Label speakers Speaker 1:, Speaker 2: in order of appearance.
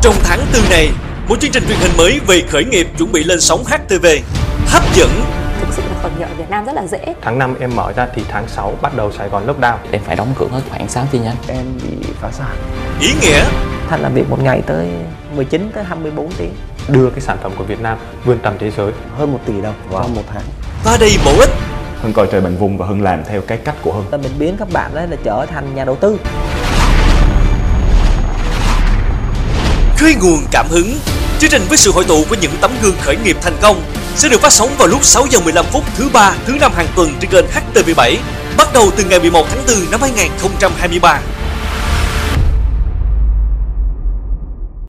Speaker 1: Trong tháng 4 này, một chương trình truyền hình mới về khởi nghiệp chuẩn bị lên sóng HTV. Hấp dẫn,
Speaker 2: thực sự là khởi nghiệp ở Việt Nam rất là dễ
Speaker 3: Tháng 5 em mở ra thì tháng 6 bắt đầu Sài Gòn lockdown
Speaker 4: em phải đóng cửa hết khoảng 6 chi nhánh
Speaker 5: em bị phá sản
Speaker 1: ý nghĩa
Speaker 5: Thành làm việc một ngày tới 19 tới 24 tiếng
Speaker 3: đưa cái sản phẩm của Việt Nam vươn tầm thế giới
Speaker 5: Hơn 1 tỷ đồng trong một tháng
Speaker 1: và đầy bổ ích.
Speaker 6: Hưng coi trời bằng vùng và Hưng làm theo cái cách của Hưng.
Speaker 5: Và mình biến các bạn đó là trở thành nhà đầu tư
Speaker 1: khơi nguồn cảm hứng. Chương trình với sự hội tụ của những tấm gương khởi nghiệp thành công sẽ được phát sóng vào lúc 6 giờ 15 phút thứ ba, thứ năm hàng tuần trên kênh HTV7, bắt đầu từ ngày 11 tháng 4 năm 2023.